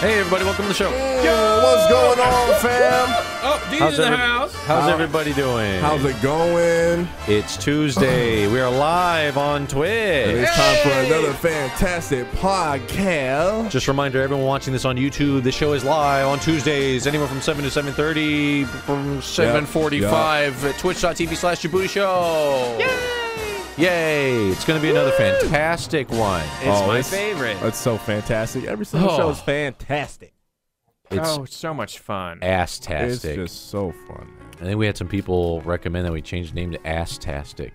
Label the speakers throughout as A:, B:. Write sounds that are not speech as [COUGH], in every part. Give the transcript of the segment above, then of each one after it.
A: Hey, everybody, welcome to the show.
B: Yo, what's going on, fam?
C: Oh, D's
A: How's
C: in the
A: every-
C: house.
A: How's everybody doing?
B: How's it going?
A: It's Tuesday. we are live on
B: And
A: Twitch.
B: it's time for another fantastic podcast.
A: Just a reminder, everyone watching this on YouTube, the show is live on Tuesdays, anywhere from 7 to 7.30, from
C: 745 at twitch.tv slash Djibouti Show.
A: Yay! It's going to be another fantastic one.
C: It's
B: Oh,
C: my
B: it's-
C: favorite.
B: That's so fantastic. Every single
C: Oh.
B: show is fantastic.
A: It's
C: oh, it's so much fun.
B: It's
A: ass-tastic.
B: just so fun, man.
A: I think we had some people recommend that we change the name to Ass-tastic.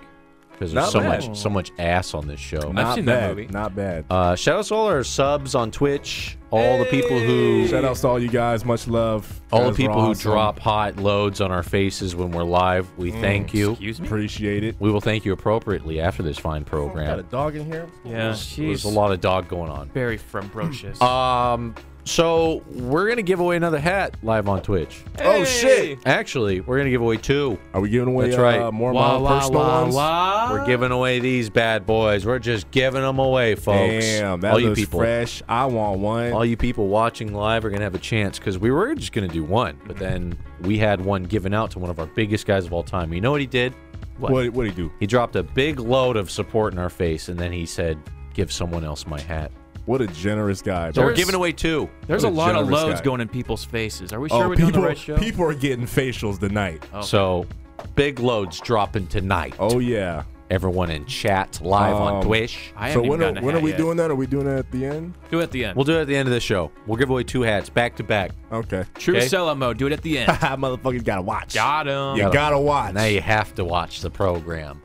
A: Because there's
B: Not
A: so
B: bad.
A: much, so much ass on this show.
B: Not
C: seen that
B: bad.
C: movie.
B: Not bad.
A: Uh, shout out to all our subs on Twitch, all the people who
B: Shout outs to all you guys. Much love.
A: all
B: You
A: the
B: guys were
A: people who
B: awesome.
A: drop hot loads on our faces when we're live. We
B: Mm.
A: thank you.
C: Excuse me?
B: Appreciate it.
A: We will thank you appropriately after this fine
B: Got a
A: program.
B: dog in here.
C: Yeah, she's
A: There's a lot of dog going on.
C: very frambrocious.
B: Uh,
A: Um, so we're gonna give away another hat live on Twitch.
B: Oh, shit.
A: Actually, we're gonna give away two.
B: Are we giving away
A: That's right.
B: uh, more of
C: Wah,
B: my
C: wah,
B: personal
C: wah,
B: ones?
C: wah.
B: Uh.
A: We're giving away these bad boys. We're just giving them away, folks.
B: Damn, that
A: all you
B: looks
A: people,
B: fresh. I want one.
A: all you people watching live are gonna have a chance because we were just gonna do one, but then we had one given out to one of our biggest guys of all time. You know what he did?
B: what what do you do?
A: He dropped a big load of support in our face, and then he said, "Give someone else my hat."
B: What a generous guy.
A: So
B: bro.
A: we're giving away two.
C: There's a
B: What a
C: lot of
B: generous
C: loads
B: guy.
C: going in people's faces. Are we sure
B: Oh,
C: we're doing the
B: people,
C: right show?
B: people are getting facials tonight.
C: Okay.
A: So big loads dropping tonight.
B: Oh yeah.
A: Everyone in chat live on
B: Um,
A: Twitch.
C: I
B: so
C: haven't even
B: when are,
C: gotten a
B: when are
C: hat
B: we
C: yet.
B: doing that? Are we doing that at the end?
C: Do it at the end.
A: We'll do it at the end of the show. We'll give away two hats back to back.
C: [LAUGHS]
B: Okay.
C: True
A: okay.
C: sell mode. Do it at the
B: [LAUGHS]
C: end.
B: Motherfuckers gotta watch.
C: Got him.
B: You gotta watch.
A: Now you have to watch the program.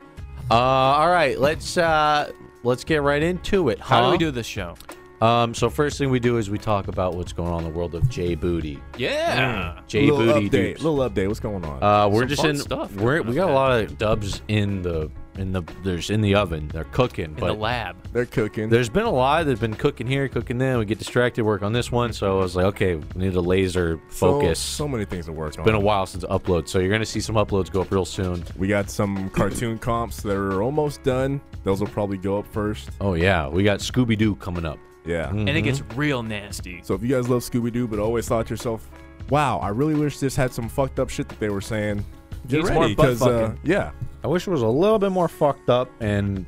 A: Uh, all right, let's uh, let's get right into it.
C: How do
A: huh?
C: we do this show?
A: Um, so first thing we do is we talk about what's going on in the world of J Booty.
B: Mm.
C: Yeah.
A: J
B: little
A: Booty
B: update.
A: dupes.
B: Little update. What's going on?
A: Uh, we're
C: Some
A: just
C: fun
A: in.
C: stuff
A: We're,
C: going
A: we
C: on
A: got a
C: there.
A: lot of dubs in the in the there's in the oven. They're cooking,
C: In the
A: but
C: lab.
B: They're cooking.
A: there's been a lot that's been cooking here, cooking there. We get distracted, work on this one. So I was like, okay, we need a laser
B: So-
A: focus.
B: So, many things to work on.
A: been a while since upload, so you're gonna see some uploads go up real soon.
B: we got
C: [LAUGHS]
B: some cartoon comps that are almost done. Those will probably go up first.
A: Oh yeah, we got Scooby Doo coming up.
B: Yeah.
C: And it gets real nasty.
B: So if you guys love Scooby Doo, but always thought to yourself, "Wow, I really wish this had some fucked up shit that they were saying." Get
C: Needs
B: ready,
C: more butt
B: 'cause, uh,
C: fucking.
B: yeah,
A: I wish it was a little bit more fucked up and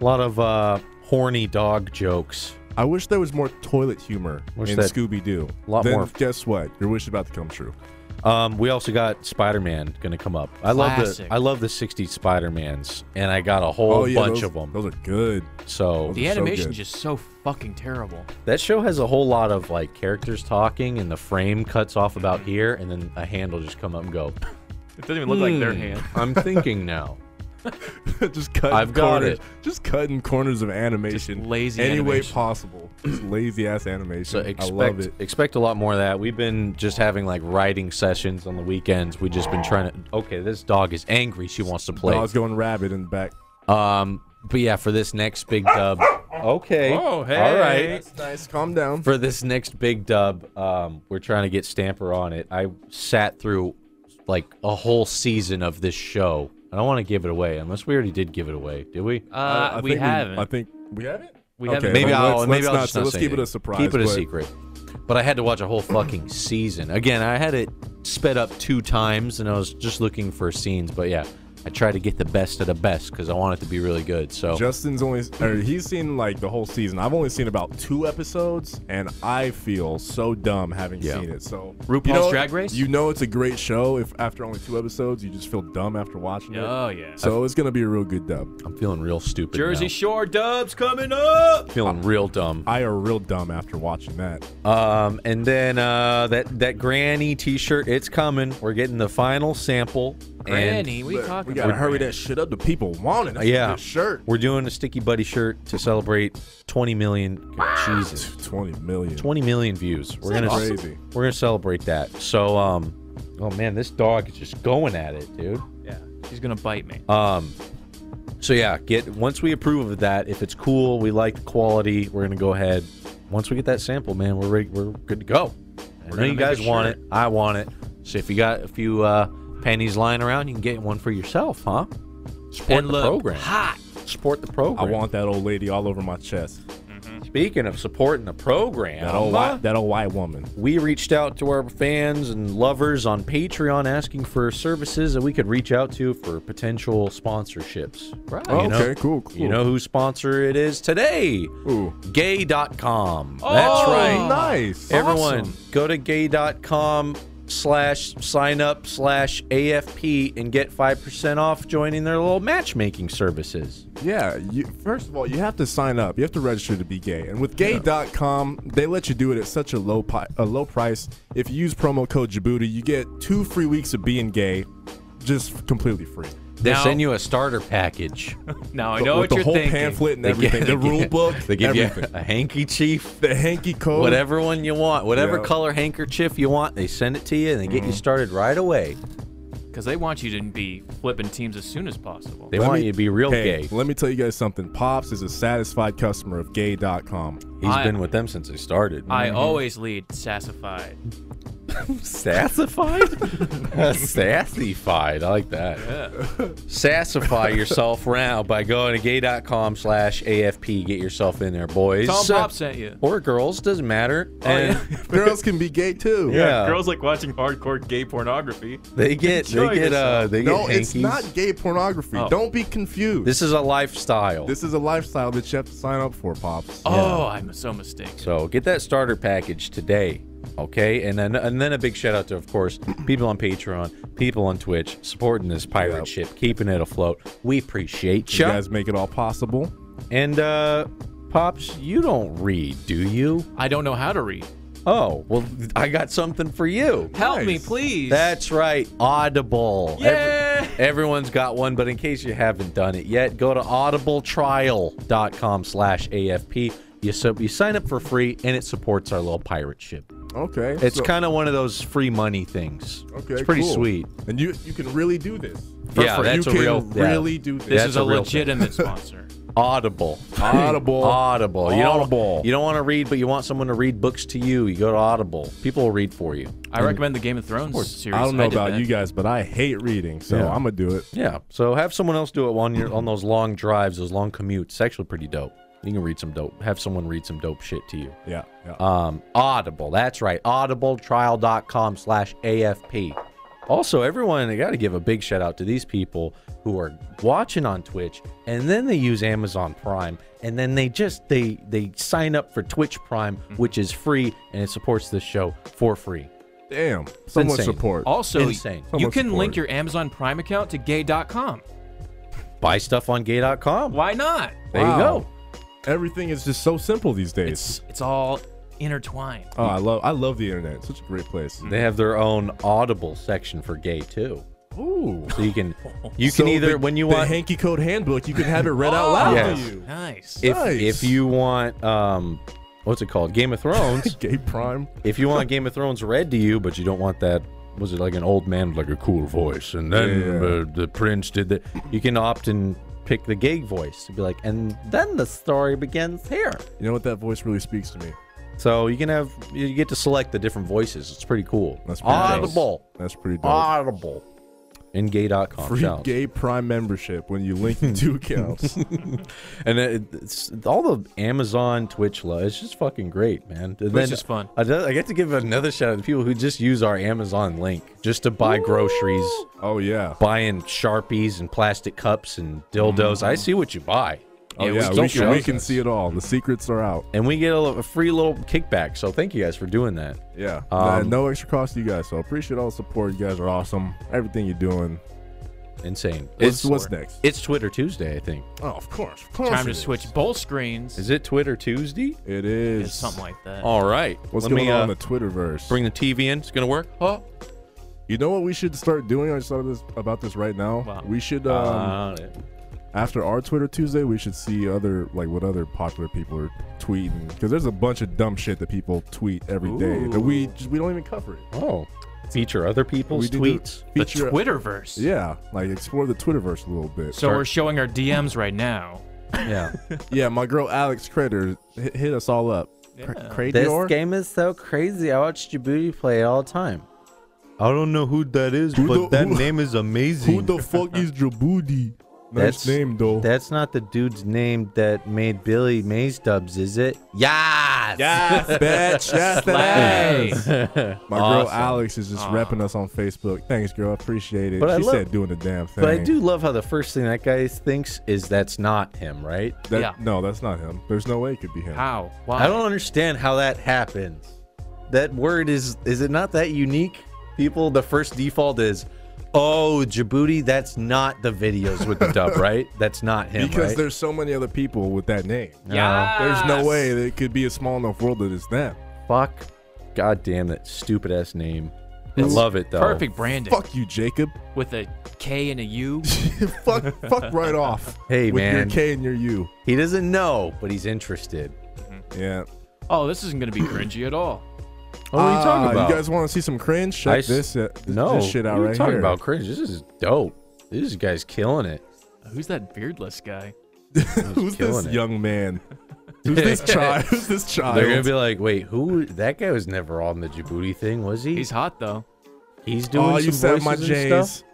A: a lot of uh, horny dog jokes.
B: I wish there was more toilet humor
A: Wish
B: in
A: that-
B: Scooby Doo.
A: lot
B: then
A: more.
B: Guess what? Your wish is about to come true.
A: Um, we also got Spider Man gonna come up. I love
C: Classic.
A: the I love the '60s Spider Mans, and I got a whole bunch
B: Oh, those,
A: of them.
B: Those are good. [LAUGHS]
A: so
C: The
B: so
C: animation's
B: good.
C: just so fucking terrible.
A: that show has a whole lot of like characters talking, and the frame cuts off about here, and then a hand will just come up and go.
C: It doesn't even look like their
A: "Hmm,
C: hand.
A: I'm thinking now.
B: just cutting
A: I've got
B: corners.
A: it.
B: Just cutting corners of animation.
C: Just lazy
B: any way
C: animation.
B: possible. Just lazy ass animation.
A: So
B: [LAUGHS] I love
A: expect
B: it.
A: expect a lot more of that. We've been just having like writing sessions on the weekends. We've just been trying to. Okay, this dog is angry. She wants to play.
B: Dog's going rabid in the back.
A: Um, but yeah, for this next big
B: [LAUGHS]
A: dub. Okay.
C: Oh, hey.
A: All right.
B: nice. Calm down.
A: For this next big dub, um, we're trying to get Stamper on it. I sat through like a whole season of this show. I don't want to give it away unless we already did give it away. Did we?
C: Uh,
B: I- I
C: we
B: think
C: haven't.
B: I think we haven't.
C: We
B: Okay,
C: haven't.
A: Maybe
B: Let's-
A: I'll.
B: let's-
A: maybe
B: let's
A: I'll
B: not-
A: just not
B: let's
A: say
B: keep it a
A: anything.
B: surprise,
A: Keep it a
B: but-
A: secret. But I had to watch a whole fucking season. Again, I had it sped up two times, and I was just looking for scenes. But yeah, I tried to get the best of the best because I want it to be really good. So
B: Justin's only or he's seen like the whole season. I've only seen about two episodes, and I feel so dumb having
A: Yeah.
B: seen it. So
C: RuPaul's
B: you know,
C: Drag Race?
B: You know it's a great show. If after only two episodes, you just feel dumb after watching it.
C: Oh, yeah.
B: So it's gonna be a real good dub.
A: I'm feeling real stupid.
C: Jersey
A: now.
C: Shore dubs coming up.
A: feeling real dumb.
B: I are real dumb after watching that.
A: Um, and then uh, that that granny T-shirt, it's coming. We're getting the final sample. and
C: Granny, we
B: Look,
C: talking
B: we gotta
C: about?
B: hurry that shit up. The people want it. That's a
A: Yeah.
B: good shirt.
A: we're doing a sticky buddy shirt to celebrate 20 million. Jesus,
B: Twenty million.
A: 20 million views. We're gonna
B: awesome? Crazy.
A: we're gonna celebrate that. So um, oh man, this dog is just going at it, dude.
C: Yeah. She's gonna bite me.
A: Um, so yeah, get once we approve of that, if it's cool, we like the quality, we're gonna go ahead. Once we get that sample, man, we're ready, we're good to go. I know
C: gonna
A: you
C: make a
A: guys want it.
C: shirt.
A: I want it. So if you got a few uh, pennies lying around, you can get one for yourself, huh? Support
C: and
A: the
C: look
A: program.
C: hot.
A: Support the
B: I
A: program.
B: want that old lady all over my chest.
A: Speaking of supporting the program,
B: That old, white, that old white woman.
A: we reached out to our fans and lovers on Patreon asking for services that we could reach out to for potential sponsorships. Right.
B: Oh, okay, cool, cool.
A: You know whose sponsor it is today?
B: Ooh.
A: Gay.com. That's right.
B: Nice.
A: Everyone,
B: Awesome.
A: go to gay.com slash sign up slash AFP and get 5% off joining their little matchmaking services.
B: Yeah. You, first of all, you have to sign up. You have to register to be gay. And with gay.com, they let you do it at such a low pi- a low price. If you use promo code Djibouti, you get two free weeks of being gay, just completely free.
A: They
C: Now-
A: send you a starter package.
C: Now I
B: But
C: know
B: with
C: what
B: the
C: you're
B: whole
C: thinking.
B: pamphlet
A: [LAUGHS]
B: and
A: They give-
B: everything, the
A: they
B: rule
A: give-
B: book,
A: They give
B: everything,
A: you a handkerchief.
B: the hanky code.
A: whatever one you want, whatever
B: Oh. Yeah. Mm.
A: color handkerchief you want, they send it to you and they get you started right away.
D: because they want you to be flipping teams as soon as possible.
A: They
B: Let
A: want
B: me-
A: you to be real
B: Hey,
A: gay.
B: let me tell you guys something. Pops is a satisfied customer of gay.com.
A: He's
D: I-
A: been with them since they started. Mm.
D: I [LAUGHS] always lead sassified.
A: sassified? Sassified. I like that. Sassify yourself now by going to gay.com slash AFP. Get yourself in there, boys.
D: Tom Pop sent you.
A: Or girls, doesn't matter. and
B: [LAUGHS] Girls can be gay too.
A: Yeah.
E: Girls like watching hardcore gay pornography.
A: they get they
E: Enjoy
A: get uh
E: yourself.
A: they get
B: [LAUGHS] No, it's
A: hankies.
B: not gay pornography.
D: Oh.
B: Don't be confused. This,
A: This is a lifestyle.
B: is a lifestyle that you have to sign up for, Pops.
D: Oh, I'm so mistaken.
A: So get that starter package today, okay? And then and then a big shout out to, of course, people on Patreon, people on Twitch, supporting this pirate
B: Yep.
A: ship, keeping it afloat. We appreciate
B: You
A: you.
B: guys make it all possible.
A: And uh, pops, you don't read, do you?
D: I don't know how to read.
A: Oh, well, I got something for you.
D: Help me,
B: Nice.
D: please.
A: That's right, Audible. Every-
D: Yeah.
A: everyone's got one, but in case you haven't done it yet, go to audibletrial.com slash AFP. You, so, you sign up for free, and it supports our little pirate ship.
B: Okay.
A: It's
B: so-
A: kind of one of those free money things.
B: okay,
A: it's pretty
B: cool.
A: sweet.
B: And you you can really do this.
A: Yeah,
B: free.
A: that's a
B: you can
A: real- yeah.
B: really do this.
D: this
A: that's
D: is
A: a
D: a,
A: real [LAUGHS]
D: legitimate sponsor.
A: Audible.
B: Audible.
A: [LAUGHS] Audible. You don't,
B: Audible.
A: You don't want to read, but you want someone to read books to you. You go to Audible. People will read for you.
D: I recommend the Game of Thrones series.
B: I don't know
D: did
B: about
D: that.
B: you guys, but I hate reading, so
A: Yeah.
B: I'm gonna do it.
A: Yeah. So have someone else do it on your on those long drives, those long commutes. It's actually pretty dope. You can read some dope. Have someone read some dope shit to you.
B: Yeah. yeah.
A: Um, Audible. That's right. Audibletrial.com slash AFP. Also, everyone, I got to give a big shout out to these people who are watching on Twitch and then they use Amazon Prime and then they just they they sign up for Twitch Prime, which is free and it supports this show for free.
B: Damn. So much
A: insane.
B: support.
D: Also,
A: Insane.
B: So
D: you
B: much
D: can
B: support.
D: link your Amazon Prime account to gay.com.
A: Buy stuff on gay.com.
D: Why not?
A: There you
B: Wow.
A: go.
B: Everything is just so simple these days.
D: It's it's all intertwined.
B: oh, I love I love the internet. Such a great place.
A: They have their own Audible section for gay too.
B: Ooh.
A: So you can you
B: So
A: can either
B: the-
A: when you
B: the
A: want Oh,
B: hanky code handbook, you can have it read
A: [LAUGHS]
B: out loud
A: Yes.
B: to you.
D: Nice.
A: if
B: Nice.
A: if you want um what's it called Game of Thrones
B: [LAUGHS] Gay prime.
A: if you want Game of Thrones read to you but you don't want that was it like an old man with like a cool voice and then
B: Yeah.
A: uh, the prince did that you can opt and pick the gay voice to be like and then the story begins here
B: You know what? That voice really speaks to me.
A: so you can have you get to select the different voices it's pretty cool
B: That's pretty dope.
A: audible
B: That's pretty dope.
A: audible and gay.com
B: Free
A: shout outs.
B: gay prime membership when you link your two accounts.
A: And it- it's all the Amazon Twitch love. It's just fucking great, man. And
D: Twitch is fun.
A: I, do- I get to give another shout out to the people who just use our Amazon link just to buy groceries,
B: oh yeah.
A: buying sharpies and plastic cups and dildos. I see what you buy,
B: Mm-hmm. Oh
D: Yeah, we
B: yeah.
D: still
B: We can, we
A: shows
B: can
A: us.
B: see it all. The secrets are out.
A: and we get a, little- a free little kickback. So thank you guys for doing that.
B: Yeah.
A: Um,
B: no extra cost to you guys. So appreciate all the support. You guys are awesome. Everything you're doing.
A: Insane.
B: What's,
A: It's
B: what's next?
A: it's Twitter Tuesday, I think.
B: Oh, of course. Of course
D: Time to
B: it is.
D: switch both screens.
A: Is it Twitter Tuesday?
B: It is.
D: It's something like that.
A: All right.
B: What's
A: Let
B: going
A: me,
B: on
A: uh,
B: in the Twitterverse?
A: Bring the TV in. It's gonna work.
D: Oh,
B: you know what we should start doing? I just thought of this, about this right now.
D: Wow.
B: We should um,
A: Uh,
B: after our Twitter Tuesday, we should see other like what other popular people are tweeting because there's a bunch of dumb shit that people tweet every day that we just, we don't even cover it.
A: oh, feature other people's
B: we do
A: tweets.
B: the
D: the
B: feature-
D: Twitterverse.
B: Yeah, like explore the Twitterverse a little bit.
D: So we're showing our DMs right now.
A: yeah.
B: yeah, my girl Alex Crater hit, hit us all up.
D: Yeah.
B: Crater.
A: game is so crazy. I watch Djibouti play it all the time. I don't know who that is,
B: Who the- who-
A: name is
B: Who
A: amazing.
B: the fuck is Djibouti? Nice name, though.
F: That's not the dude's name that made Billy Mays dubs, is it? Yas!
B: Yes, bitch. Yes, that
D: Slay.
B: is. My girl
F: Awesome.
B: Alex is just repping us on Facebook. Thanks, girl. I appreciate it.
F: But I
B: she
F: love-
B: said doing the damn thing.
F: [LAUGHS] But I do love how the first thing that guy thinks is that's not him, right?
B: That,
D: Yeah.
B: No, that's not him. There's no way it could be him.
D: How? Why?
F: I don't understand how that happens. That word is is it not that unique? People, the first default is, oh, Djibouti, that's not the videos with the
B: [LAUGHS]
F: dub, right? That's not him,
B: because
F: right?
B: there's so many other people with that name.
F: Yeah.
B: There's no way that it could be a small enough world that it's them.
F: Fuck. God damn that stupid ass name. I love it though.
D: Perfect branding
B: Fuck you, Jacob. [LAUGHS]
D: with a K and a U.
B: fuck, fuck right off.
F: Hey,
B: with your
F: man.
B: K and your U.
F: He doesn't know, but he's interested.
B: Yeah.
D: Oh, this isn't gonna be cringy at all.
F: What are you talking
B: Ah,
F: about?
B: You guys want to see some cringe? Check
F: I s-
B: this, uh, th-
F: no.
B: this shit out
F: what are you
B: right
F: talking
B: here.
F: about cringe? This is dope. This guy's killing it.
D: Who's that beardless guy?
B: [LAUGHS] Who's this
F: killing it.
B: young man? Who's
F: [LAUGHS]
B: this child? Who's this child?
F: They're gonna be like, wait, who? That guy was never on the Djibouti thing, was he?
D: He's hot though.
F: He's doing
B: oh,
F: some
B: you said
F: voices
B: my
F: and
B: J's.
F: stuff.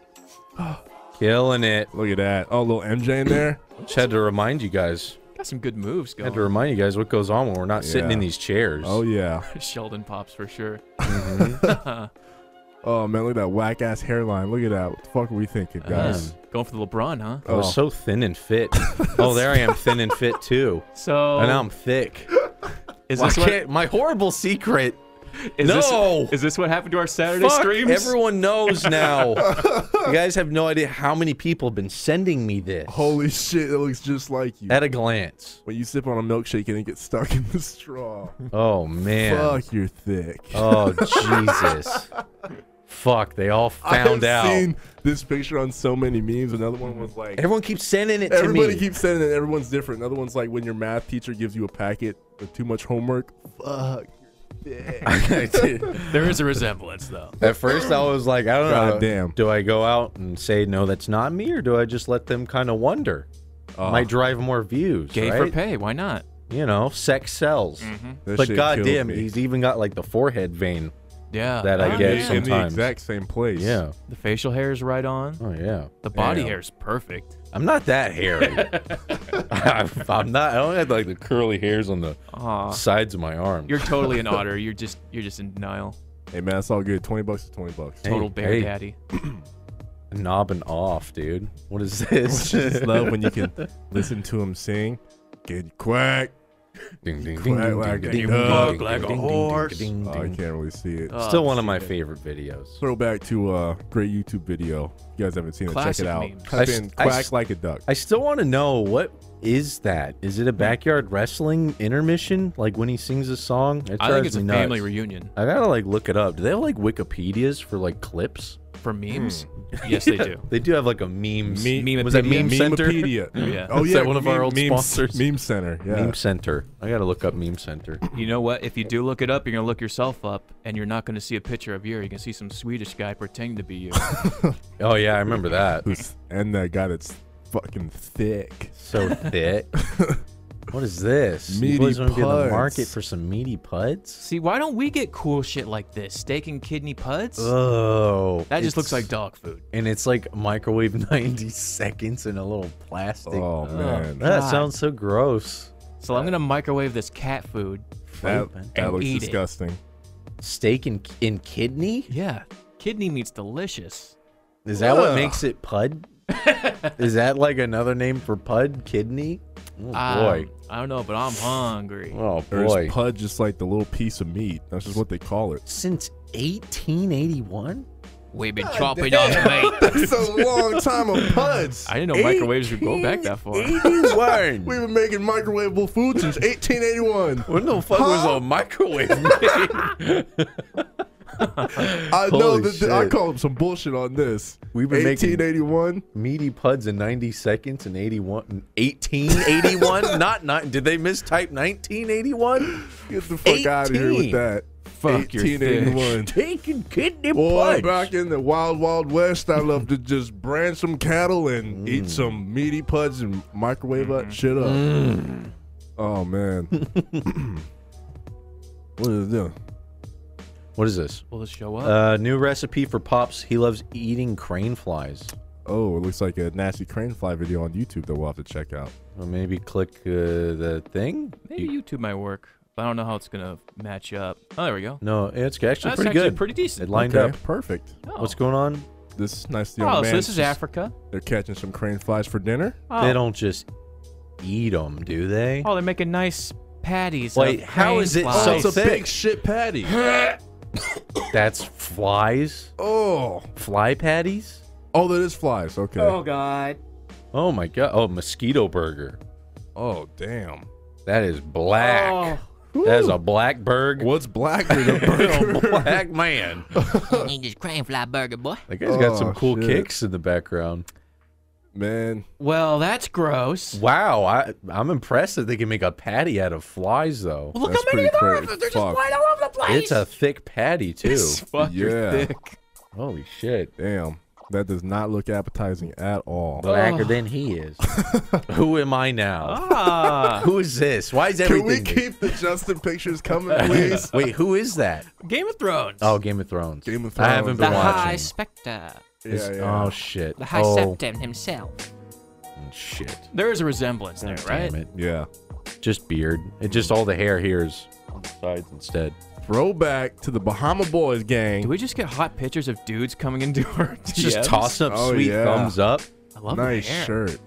F: Killing it.
B: Look at that. Oh, little MJ in
F: [COUGHS]
B: there.
F: Just had to remind you guys.
D: Got some good moves going.
F: Had to remind you guys what goes on when we're not sitting
B: Yeah.
F: in these chairs.
B: Oh yeah.
D: [LAUGHS] Sheldon pops for sure. [LAUGHS]
B: Oh man, look at that whack ass hairline. Look at that. What the fuck were we thinking, guys? Oh,
D: Going for the LeBron, huh?
F: I was so thin and fit. oh, there I am, thin and fit too.
D: So
F: And now I'm thick.
A: Is
F: I
A: this what?
F: can't- my horrible secret.
A: Is
F: No!
A: This, is this what happened to our Saturday
F: Fuck,
A: streams?
F: Everyone knows now. you guys have no idea how many people have been sending me this
B: Holy shit, it looks just like you.
F: at a glance.
B: when you sip on a milkshake and it gets stuck in the straw.
F: Oh man.
B: Fuck, you're thick.
F: Oh Jesus. Fuck, they
D: [LAUGHS]
F: all found
B: I've
F: out.
B: seen this picture on so many memes. Another one was like,
F: Everyone keeps sending it to me.
B: everybody keeps saying that everyone's different. Another one's like, when your math teacher gives you a packet with too much homework. Fuck, you're
F: [LAUGHS]
B: thick.
F: I
B: [LAUGHS]
F: did.
D: there is a resemblance though.
F: At first, I was like, I don't know.
B: God damn.
F: Do I go out and say no, that's not me, or do I just let them kind of wonder? Might drive more views,
D: Gay for
F: right?
D: pay. Why not?
F: you know, sex sells.
B: That
F: But
B: shit
F: goddamn,
B: kills me.
F: he's even got like the forehead vein. [LAUGHS]
D: Yeah. Oh,
F: That I
B: In
D: yeah.
F: get
B: the- in the
F: sometimes.
B: exact same place.
F: Yeah.
D: The facial hair is right on.
F: Oh yeah.
D: The body
B: Damn.
D: hair is perfect.
F: I'm not that hairy. [LAUGHS] I'm I'm not. I don't have like the curly hairs on the
D: Aw.
F: sides of my arms.
D: You're totally an otter. You're just you're just in denial.
B: Hey man, that's all good. Twenty bucks is twenty bucks.
F: Hey,
D: Total bear
F: hey.
D: daddy.
F: knobbing off, dude. What is this?
B: Just love when you can listen to him sing. Get quack.
F: Ding ding
B: Quack, quack,
D: ding,
B: duck.
D: ding, like a horse.
F: ding,
B: Oh, I
F: ding.
B: can't really see it.
D: Oh,
F: Still [LAUGHS] one of
D: see
F: my
D: that.
F: favorite videos.
B: Throw back to a uh, great YouTube video. If you guys haven't seen it,
D: Classic
B: check it out.
D: memes.
F: I
B: Type
F: s-
B: in
F: I
B: quack
F: s-
B: like a duck.
F: I still want to know what is that? Is
D: Hmm.
F: it a backyard wrestling intermission? Like when he sings a song? It
D: I
F: drives
D: think it's a
F: me
D: family
F: nuts.
D: reunion
F: I gotta like look it up. Do they have like Wikipedias for like clips?
D: for memes. Yes, they
F: [LAUGHS]
D: do.
F: They do have like a memes.
B: Me-
F: Hmm. was that meme center?
B: Memepedia.
D: Yeah.
B: Oh
F: Is
B: yeah.
F: that one of our old
B: memes,
F: sponsors?
B: Meme Center. Yeah.
F: Meme center. I gotta look up meme center.
D: You know what? If you do look it up, you're gonna look yourself up, and you're not gonna see a picture of you. You're gonna see some Swedish guy pretending to be
F: [LAUGHS]
D: you.
F: Oh yeah, I
D: [LAUGHS]
F: remember that.
B: Who's- and that guy that's fucking thick.
F: So
D: [LAUGHS]
F: thick. what is this?
B: Meaty
F: you boys wanna be in the
B: puds.
F: market for some meaty puds?
D: see, why don't we get cool shit like this? Steak and kidney puds?
F: Oh,
D: that just looks
F: it's-
D: like dog food.
F: and it's like microwave [LAUGHS] 90 seconds in a little plastic.
B: Oh man.
F: that
D: God.
F: sounds so gross.
D: So I'm gonna microwave this cat food.
B: that
F: Flippin'.
B: that
D: And
B: looks
D: eat it.
B: disgusting.
F: Steak and in kidney?
D: Yeah, kidney meat's delicious.
F: Is that what
B: Ugh.
F: makes it pud? Is that like another name for pud kidney? Oh boy.
D: Um, I don't know, but I'm hungry.
F: oh
B: Or
F: boy.
B: is pud just like the little piece of meat? That's just what they call it. [LAUGHS]
F: Since 1881?
D: We've been chopping on the
B: [LAUGHS]
D: meat.
B: That's a long time of puds.
D: I didn't know microwaves would go back that
B: [LAUGHS]
D: far.
F: 81.
B: We've been making microwavable food since 1881.
F: when the fuck was a microwave made?
B: I know
F: Holy
B: that th- I
F: shit.
B: call some bullshit on this.
F: We've been making-
B: 1881.
F: [LAUGHS] Meaty puds in 90 seconds and 81 1881 not nine did they mistype 1981
B: Get the fuck out of here with
F: 18.
B: that.
D: Fuck, you're thick.
B: 1881.
F: taking kidney
B: Boy,
F: puds
B: back in the wild, wild west, I love to just brand some cattle
D: Mm.
B: and eat some meaty puds and microwave
D: Mm-hmm.
B: that shit up.
D: Mm.
B: Oh man,
D: [LAUGHS]
B: [CLEARS THROAT] what is it doing?
F: What is this?
D: Will this show up?
F: Uh, new recipe for pops. He loves eating crane flies.
B: Oh, it looks like a nasty crane fly video on YouTube that we'll have to check out.
A: Or maybe click uh, the thing.
D: Maybe YouTube might work, but I don't know how it's gonna match up. Oh, there we go.
A: No, it's actually
D: That's
A: pretty
D: actually
A: good.
D: pretty decent.
A: It lined
B: okay,
A: up.
B: perfect.
D: Oh.
A: What's going on?
B: This nice young
D: Oh,
B: man.
D: so this is
B: just-
D: Africa.
B: They're catching some crane flies for dinner.
D: Oh.
A: They don't just eat them, do they?
D: Oh, they're making nice patties.
A: Wait,
D: of
A: how
D: crane
A: is it
D: flies.
A: so It's a thick? big
B: shit patty.
A: [COUGHS] That's flies,
B: oh,
A: fly patties.
B: oh, that is flies. Okay. Oh,
G: God.
A: Oh my god! Oh, mosquito burger.
B: Oh, damn.
A: That is black. That is a black burger.
B: What's black with
D: [LAUGHS]
B: a burger?
A: [LAUGHS] black man.
G: Ain't this crane fly burger, boy.
A: That guy's got
B: Oh,
A: some cool
B: shit.
A: kicks in the background.
B: Man,
D: Well, that's gross.
A: Wow, I, I'm impressed that they can make a patty out of flies, though.
G: Look
B: That's
G: how many
B: pretty
G: there are.
B: crazy.
G: They're just
B: Fuck.
G: flying all over the place.
A: It's a thick patty too.
D: Fuck,
B: Yeah.
D: you're thick.
A: Holy shit!
B: damn. That does not look appetizing at all. [LAUGHS]
A: Blacker than he is. [LAUGHS] Who am I now? [LAUGHS]
D: Ah,
A: Who is this? Why is
B: Can
A: everything?
B: we
A: me?
B: keep the Justin pictures [LAUGHS] coming, please?
A: Wait, who is that?
D: Game of Thrones.
A: Oh, Game of Thrones.
B: Game of
A: I haven't
B: Thrones.
G: the
A: been
G: High
A: watching.
G: Spectre.
B: yeah,
A: It's-
B: yeah.
A: Oh shit.
G: The High
A: oh,
G: Septim himself.
A: Shit.
D: there is a resemblance there, right?
A: Damn it.
B: yeah.
A: Just beard. It just all the hair here is on the sides instead.
B: Throwback to the Bahama Boys gang.
D: Do we just get hot pictures of dudes coming into [LAUGHS] our
A: Just
D: DMs?
A: tossing up
B: Oh,
A: sweet
B: yeah.
A: thumbs up.
D: I love
B: nice
D: the hair.
B: shirt.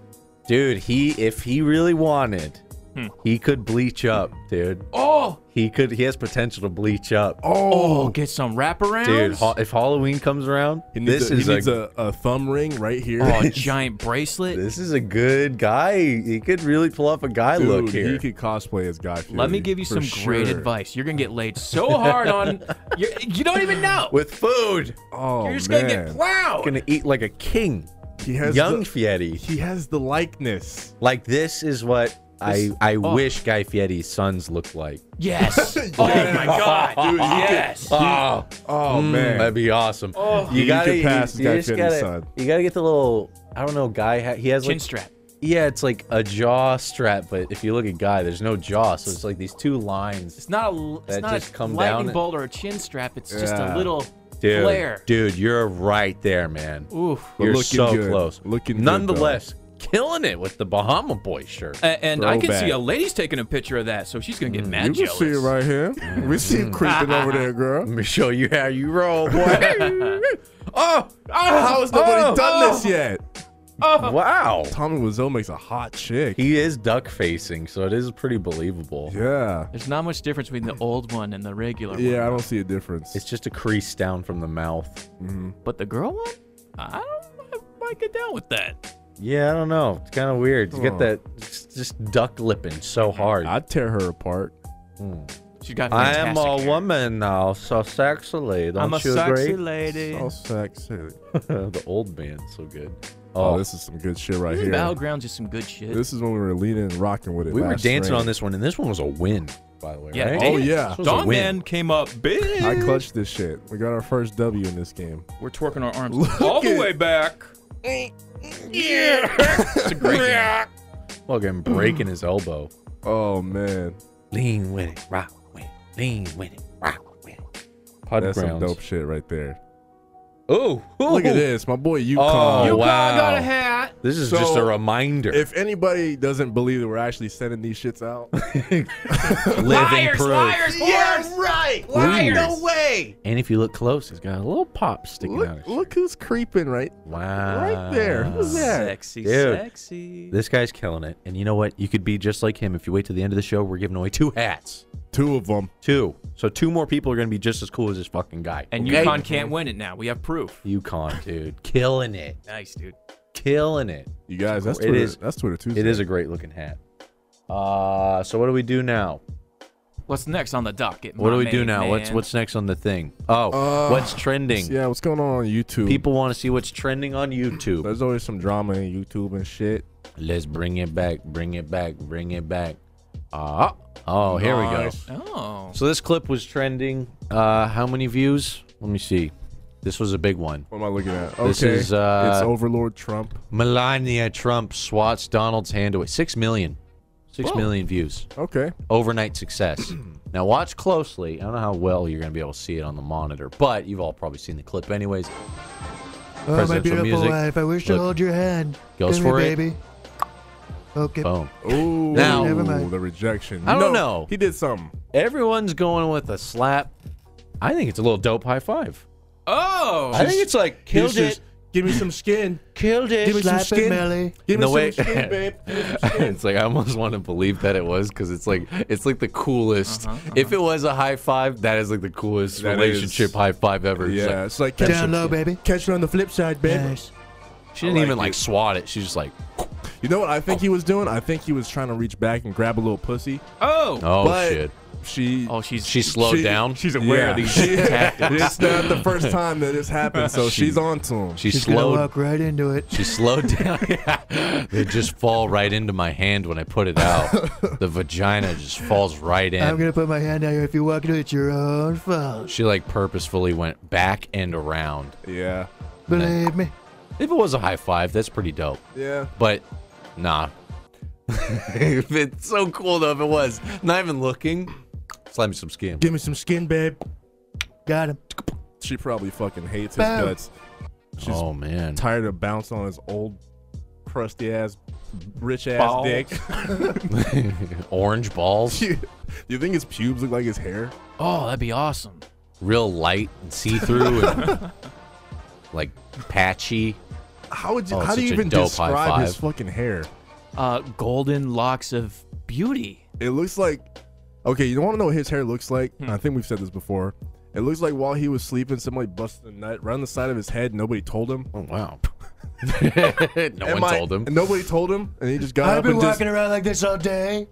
A: Dude, he if he really wanted,
D: Hmm.
A: he could bleach up, dude.
D: Oh,
A: He could he has potential to bleach up.
D: oh,
B: Oh,
D: get some wraparounds.
A: Dude, ha- if Halloween comes around,
B: he needs,
A: this
B: a, he
A: is
B: needs a, a thumb ring right here.
D: oh,
B: [LAUGHS]
D: a giant bracelet.
A: this is a good guy. He could really pull off a guy
B: Dude,
A: look here.
B: He could cosplay as Guy Fieri.
D: Let me give you
B: for
D: some great
B: sure.
D: advice. You're gonna get laid so
B: [LAUGHS]
D: hard on you, you don't even know.
A: With food,
B: Oh,
D: You're just
B: man.
D: gonna get
B: [LAUGHS]
D: plowed.
A: gonna eat like a king.
B: he has
A: Young
B: the,
A: Fieri.
B: He has the likeness.
A: Like this is what I
D: This-
A: I
D: oh.
A: wish Guy Fieri's sons looked like.
D: yes. Oh my god.
B: [LAUGHS] Dude, you
D: yes.
A: Oh,
B: Oh
A: mm,
B: man,
A: that'd be awesome.
B: You Oh. could pass as Guy
A: just
B: Fieri's
A: gotta-
B: son.
A: you gotta get the little I don't know guy. Ha- he has
D: Chin
A: like
D: strap.
A: yeah, it's like a jaw strap, but if you look at Guy, there's no jaw, so it's like these two lines.
D: It's not a. It's
A: That
D: not
A: just
D: a
A: come
D: lightning
A: down-
D: bolt or a chin strap. It's just
B: Yeah.
D: a little
A: Dude,
D: flare.
A: dude, you're right there, man.
D: Oof.
B: But
A: You're
B: looking
A: so
B: good.
A: close.
B: Looking good,
A: Nonetheless, killing it with the Bahama Boy shirt.
D: A- And I can see
B: Throwback. Mm,
D: a lady's taking a picture of that, so she's gonna get mad
B: you can
D: jealous.
B: see it right here. We see
A: Mm.
B: him creeping over there, girl.
A: Let [LAUGHS] me show you how you roll, boy. [LAUGHS] oh, [LAUGHS]
B: How has nobody
A: oh,
B: done
A: oh.
B: this yet?
A: wow.
B: Tommy Wiseau makes a hot chick.
A: He is duck facing, so it is pretty believable.
B: yeah,
D: There's not much difference
B: [LAUGHS]
D: between the old one and the regular
B: yeah. I don't see a difference.
A: It's just a crease down from the mouth.
D: one, but the girl one, I don't. I might get down with that.
A: Yeah, I don't know. It's kind of weird. You
B: Huh.
A: get that just, just duck lipping so hard.
B: I'd tear her apart.
D: She's got.
A: I am
D: fantastic
A: a
D: hair.
A: woman now, so sexily. Don't
D: I'm a
A: you
D: sexy
A: agree?
D: lady.
B: Oh, sexy.
A: the old man, so good.
B: Oh,
A: Oh,
B: this is some good shit right
D: This
B: here.
D: battlegrounds is some good shit.
B: This is when we were leaning and rocking with it.
A: we were
B: last
A: dancing
B: round.
A: on this one, and this one was a win, by the way.
D: Yeah,
A: right?
D: damn.
B: Oh yeah,
A: This was a
D: Dawn
A: win.
D: Man came up big.
B: I clutched this shit. We got our first W in this game.
D: We're twerking our arms
B: Look
D: all the
B: at-
D: way back. Yeah. it's a great game.
A: Fucking breaking his elbow.
B: Oh man,
A: Lean with it, rock with it. Lean with it, rock with it. Pud
B: that's
A: grounds.
B: some dope shit right there.
A: Ooh, ooh.
B: Look at this, my boy
A: Oh,
B: UConn.
D: You
A: wow.
D: got a hat.
A: This is
B: So,
A: just a reminder.
B: If anybody doesn't believe that we're actually sending these
A: [LAUGHS]
B: shits out,
A: Living proof.
B: right.
A: Liars. No
B: way.
A: And if you look close, it's got a little pop sticking out. of
B: Look,
A: his
B: look who's creeping right,
A: shirt. Wow.
B: right there. Who's that?
D: Sexy,
A: Dude.
D: sexy.
A: This guy's killing it. And you know what? You could be just like him. If you wait till the end of the show, we're giving away two hats.
B: Two of them.
A: Two. So two more people are going to be just as cool as this fucking guy.
D: And
A: okay?
D: UConn can't win it now. We have proof.
A: UConn, dude. Killing it.
D: Nice, dude.
A: Killing it.
B: You guys, that's
A: It
B: Twitter.
A: is-
B: That's Twitter Tuesday.
A: It is a great looking hat. Uh, so what do we do now?
D: What's next on the docket?
A: What
D: my
A: do we do
D: main
A: now? What's
D: man?
A: what's next on the thing? Oh,
B: Uh,
A: what's trending?
B: Yeah, what's going on on YouTube?
A: People want to see what's trending on YouTube.
B: There's always some drama in YouTube and shit.
A: Let's bring it back, bring it back, bring it back. Uh, oh, here
B: Nice.
A: we go.
D: Oh,
A: So this clip was trending. Uh, how many views? Let me see. This was a big one.
B: What am I looking at? Okay,
A: This is, uh,
B: it's Overlord Trump.
A: Melania Trump swats Donald's hand away. Six million. Six
D: Whoa.
A: million views.
B: Okay,
A: Overnight success. now watch closely. I don't know how well you're going to be able to see it on the monitor, but you've all probably seen the clip anyways.
F: Uh,
A: presidential music.
F: I wish to
A: Look.
F: hold your hand.
A: Goes
F: Give me,
A: for it.
F: baby. Okay.
A: Boom.
B: Ooh,
A: Now-
F: Never mind.
B: the rejection.
A: I don't
B: No,
A: know.
B: He did something.
A: Everyone's going with a slap. I think it's a little dope high five.
C: Oh,
A: I think it's like [LAUGHS] killed
B: He's just,
A: it,
B: Give me some
A: [LAUGHS]
B: skin.
A: killed it.
B: Give me some
F: Slap it,
B: skin.
F: Melly.
B: Give me
A: No
B: some
A: way. [LAUGHS]
B: skin, babe. Give me some
C: it's like I almost want to believe that it was because it's like it's like the coolest. If it was a high five, that is like the coolest
B: That
C: relationship
B: is-
C: high five ever. It's
B: Yeah,
C: like-
B: it's like catch,
F: Down low, baby.
B: catch it on the flip side, babe.
F: Nice.
A: she didn't
B: I like
A: even like
B: it.
A: swat it. She's just like,
B: You know what I think he was doing? I think he was trying to reach back and grab a little pussy.
D: Oh.
A: oh
B: but
A: shit.
B: She.
D: Oh, she's
A: She slowed
B: she-
A: down.
E: She's aware
B: yeah.
E: of
A: [LAUGHS]
B: [LAUGHS]
E: these.
B: She- it's not the [LAUGHS] first time that this happened, so
A: She-
B: she's on to him.
A: She
F: She's gonna
A: slowed.
F: walk right into it.
A: She slowed [LAUGHS] down. yeah. They just fall right into my hand when I put it out. the vagina just falls right in.
F: I'm gonna put my hand out here. If you walk into it, it's your own fault.
A: She like purposefully went back and around.
B: Yeah.
F: Believe me.
A: If it was a high five, that's pretty dope.
B: Yeah.
A: But nah,
C: [LAUGHS] it's so cool though. If it was not even looking,
A: slap me some skin.
B: Give me some skin, babe.
F: Got him.
B: She probably fucking hates his
F: Bow.
B: guts. She's
A: Oh man.
B: tired of bouncing on his old, crusty ass, rich ass
A: Balls.
B: dick. [LAUGHS]
A: Orange balls.
B: Do you think his pubes look like his hair?
D: Oh, that'd be awesome.
A: Real light and see through and [LAUGHS] like patchy.
B: How would you,
A: Oh,
B: how do
A: such
B: you
A: a
B: even
A: dope high
B: describe his
A: five.
B: fucking hair?
D: Uh, golden locks of beauty.
B: It looks like okay. You want to know what his hair looks like? I think we've said this before. It looks like while he was sleeping, somebody busted a nut right on the side of his head. Nobody told him.
A: Oh [LAUGHS] wow. no
B: And
A: one
B: my-
A: told him.
B: And nobody told him, and he just got
F: I've
B: up
F: been
B: and
F: walking
B: just.
F: around like this all day.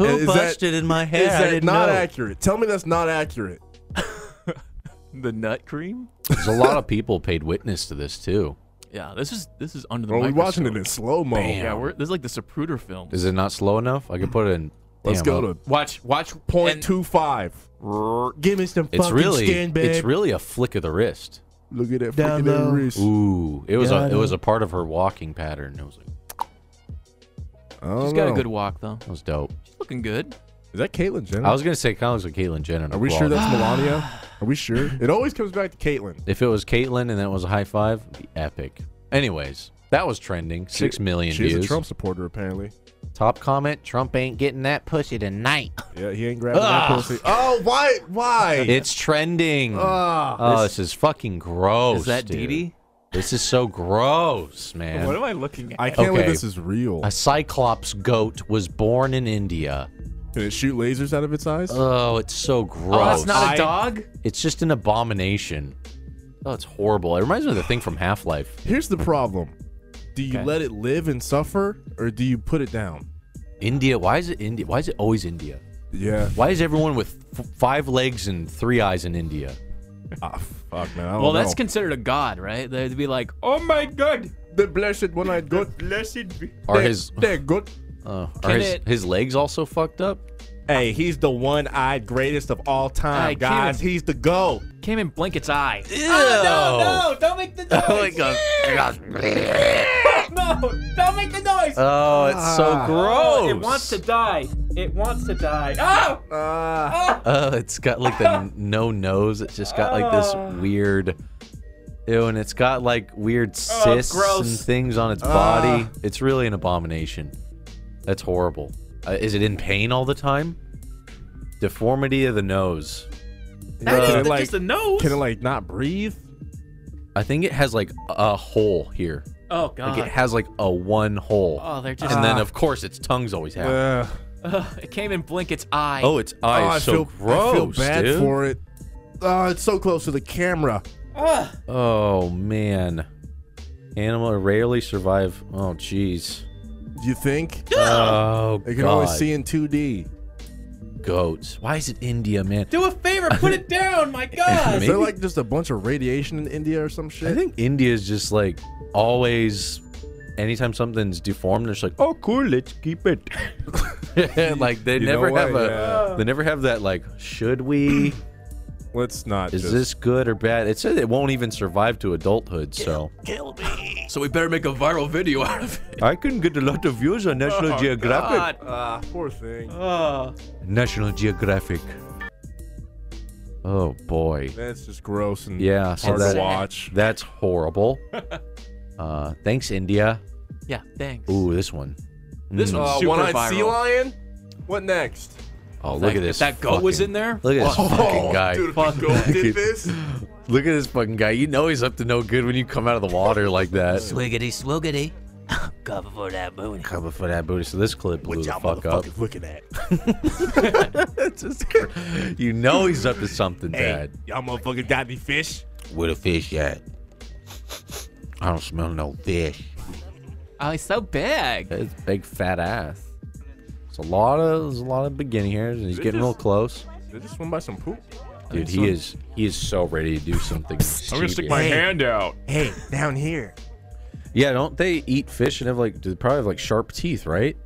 B: Is that-
A: in my
B: Is that not accurate? Tell me that's not accurate.
D: The nut cream.
A: There's a lot of people paid witness to this too.
D: Yeah, this is this is under the.
B: Well, we're watching it
D: microscope.
B: in slow mo.
A: Bam.
D: Yeah, we're, this is like the Zapruder film.
A: Is it not slow enough? I could put it in.
B: Let's
A: Damn,
B: go
A: I'll-
B: to
C: watch, watch
B: point two five. Give me some
A: It's
B: fucking
A: really,
B: skin, babe.
A: it's really a flick of the wrist.
B: Look at that
F: Down low.
B: freaking wrist.
A: Ooh, it was
F: Yeah, I
A: a, it
F: know.
A: was a part of her walking pattern. It was like,
D: She's got a good walk though.
A: that was dope.
D: She's looking good.
B: Is that Caitlyn Jenner?
A: I was gonna say kind of looks like Caitlyn Jenner.
B: Are we
A: Well,
B: sure that's Melania?
A: [SIGHS]
B: Are we sure? It always comes back to Caitlyn.
A: if it was Caitlyn and that was a high five, it'd be epic. Anyways, that was trending. Six million
B: She's
A: views.
B: a Trump supporter apparently.
A: Top comment: Trump ain't getting that pussy tonight.
B: Yeah, he ain't grabbing that pussy. Oh, why? Why?
A: It's trending.
B: Ah.
A: oh, this, is fucking gross.
B: Oh,
D: Is that Dee
A: dude.
D: Dee?
A: This is so gross, man.
E: What am I looking at?
B: I can't believe
A: Okay.
B: this is real.
A: A cyclops goat was born in India.
B: Can it shoot lasers out of its eyes?
A: Oh, it's so gross.
D: Oh, that's not a
E: I-
D: dog.
A: It's just an abomination. Oh, it's horrible. It reminds me of the thing from Half Life.
B: Here's the problem. Do you let it live and suffer, or do you put it down?
A: India. Why is it India? Why is it always India?
B: Yeah.
A: Why is everyone with f- five legs and three eyes in India?
B: Ah, fuck, man. I don't
D: Well,
B: know.
D: that's considered a god, right? They'd be like, oh my god,
B: the blessed one-eyed goat.
E: Blessed be.
A: Are his
B: They're good.
A: uh, are
D: Can
A: his,
D: it-
A: his legs also fucked up?
B: Hey, he's the one-eyed greatest of all time,
D: Hey,
B: guys.
D: Keenan.
B: He's the goat.
D: came in Blanket's eye.
A: [LAUGHS] Oh,
D: don't
B: [LAUGHS]
D: make the noise.
A: no, no. [LAUGHS]
F: [LAUGHS]
D: no, don't make the noise.
A: Oh, it's so
F: Oh,
A: gross. It wants to.
E: die. It wants to die. Oh!
B: Uh,
A: Oh, it's got like the [LAUGHS] n- no nose. It's just got like this weird. Ew, and it's got like weird
B: Oh,
A: cysts and
E: gross.
A: things on its body. It's really an abomination. That's horrible. Uh, is it in pain all the time? Deformity of the nose.
D: Oh,
B: That is
E: That
B: Can it,
E: is
B: the- like- just
E: just a nose.
B: Can it like not breathe?
A: I think it has like a hole here.
D: oh
A: Like
D: god.
B: Uh.
A: it has like a one hole.
D: oh, they're just.
A: and then of course its tongue's always out.
B: Uh,
D: Ugh, [LAUGHS] it came in Blanket's eye.
A: oh, its eye
B: oh,
A: is
B: I
A: so
B: feel
A: gross,
B: I feel bad
A: dude.
B: for it. Oh, it's so close to the camera.
A: Oh man, animal uh, rarely survive. Oh jeez.
B: You think?
A: Oh
B: They
A: god.
B: can only see in 2D.
A: goats. Why is it India, man?
D: do a favor, put it down, my god.
F: [LAUGHS]
B: Is there like just a bunch of radiation in India or some shit?
A: I think India is just like always. Anytime something's deformed, they're just like, oh cool, let's keep it. [LAUGHS] like they
B: You know
A: never
B: what?
A: have a,
B: Yeah.
A: they never have that like, should we?
B: Let's not.
A: Is
B: just,
A: this good or bad? It said it won't even survive to adulthood, so
D: so we better make a viral video out of
A: [LAUGHS]
D: it.
A: I couldn't get a lot of views on National Geographic.
D: God.
B: Ah, poor thing.
A: National Geographic.
F: Oh boy.
B: That's just gross and
F: Yeah, so
B: hard
F: that-
B: to watch.
F: That's [LAUGHS] horrible. Uh, thanks, India.
D: Yeah, thanks.
F: Ooh, this one.
D: This one's
B: Uh,
D: super
B: one-eyed
D: viral.
B: sea lion. What next?
F: Oh,
D: If
F: look
D: that-
F: at this.
D: If that goat was
F: fucking-
D: in there.
F: Look at this fucking
A: Oh,
F: guy.
A: dude,
B: Dude, if the goat did this,
A: Look at this fucking guy. You know he's up to no good when you come out of the water like that.
H: Swiggity swoogity. Cover for that booty.
F: Cover for that booty. So this clip blew the fuck up.
B: looking at?
A: It's just-
F: [LAUGHS]
A: you know he's up to something bad.
B: Y'all motherfuckers got any fish?
F: Where the fish at? I don't smell no fish.
D: Oh, he's so big.
F: It's big fat ass. It's a lot of there's a lot of beginning here, and he's
B: Did it
F: getting real
B: just-
F: close.
B: They just went by some poop.
F: Dude, he is he is so ready to do something. [LAUGHS] I'm gonna stick
D: hand out.
B: Hey, down here.
F: Yeah, don't they eat fish and have like they probably have like sharp teeth, right?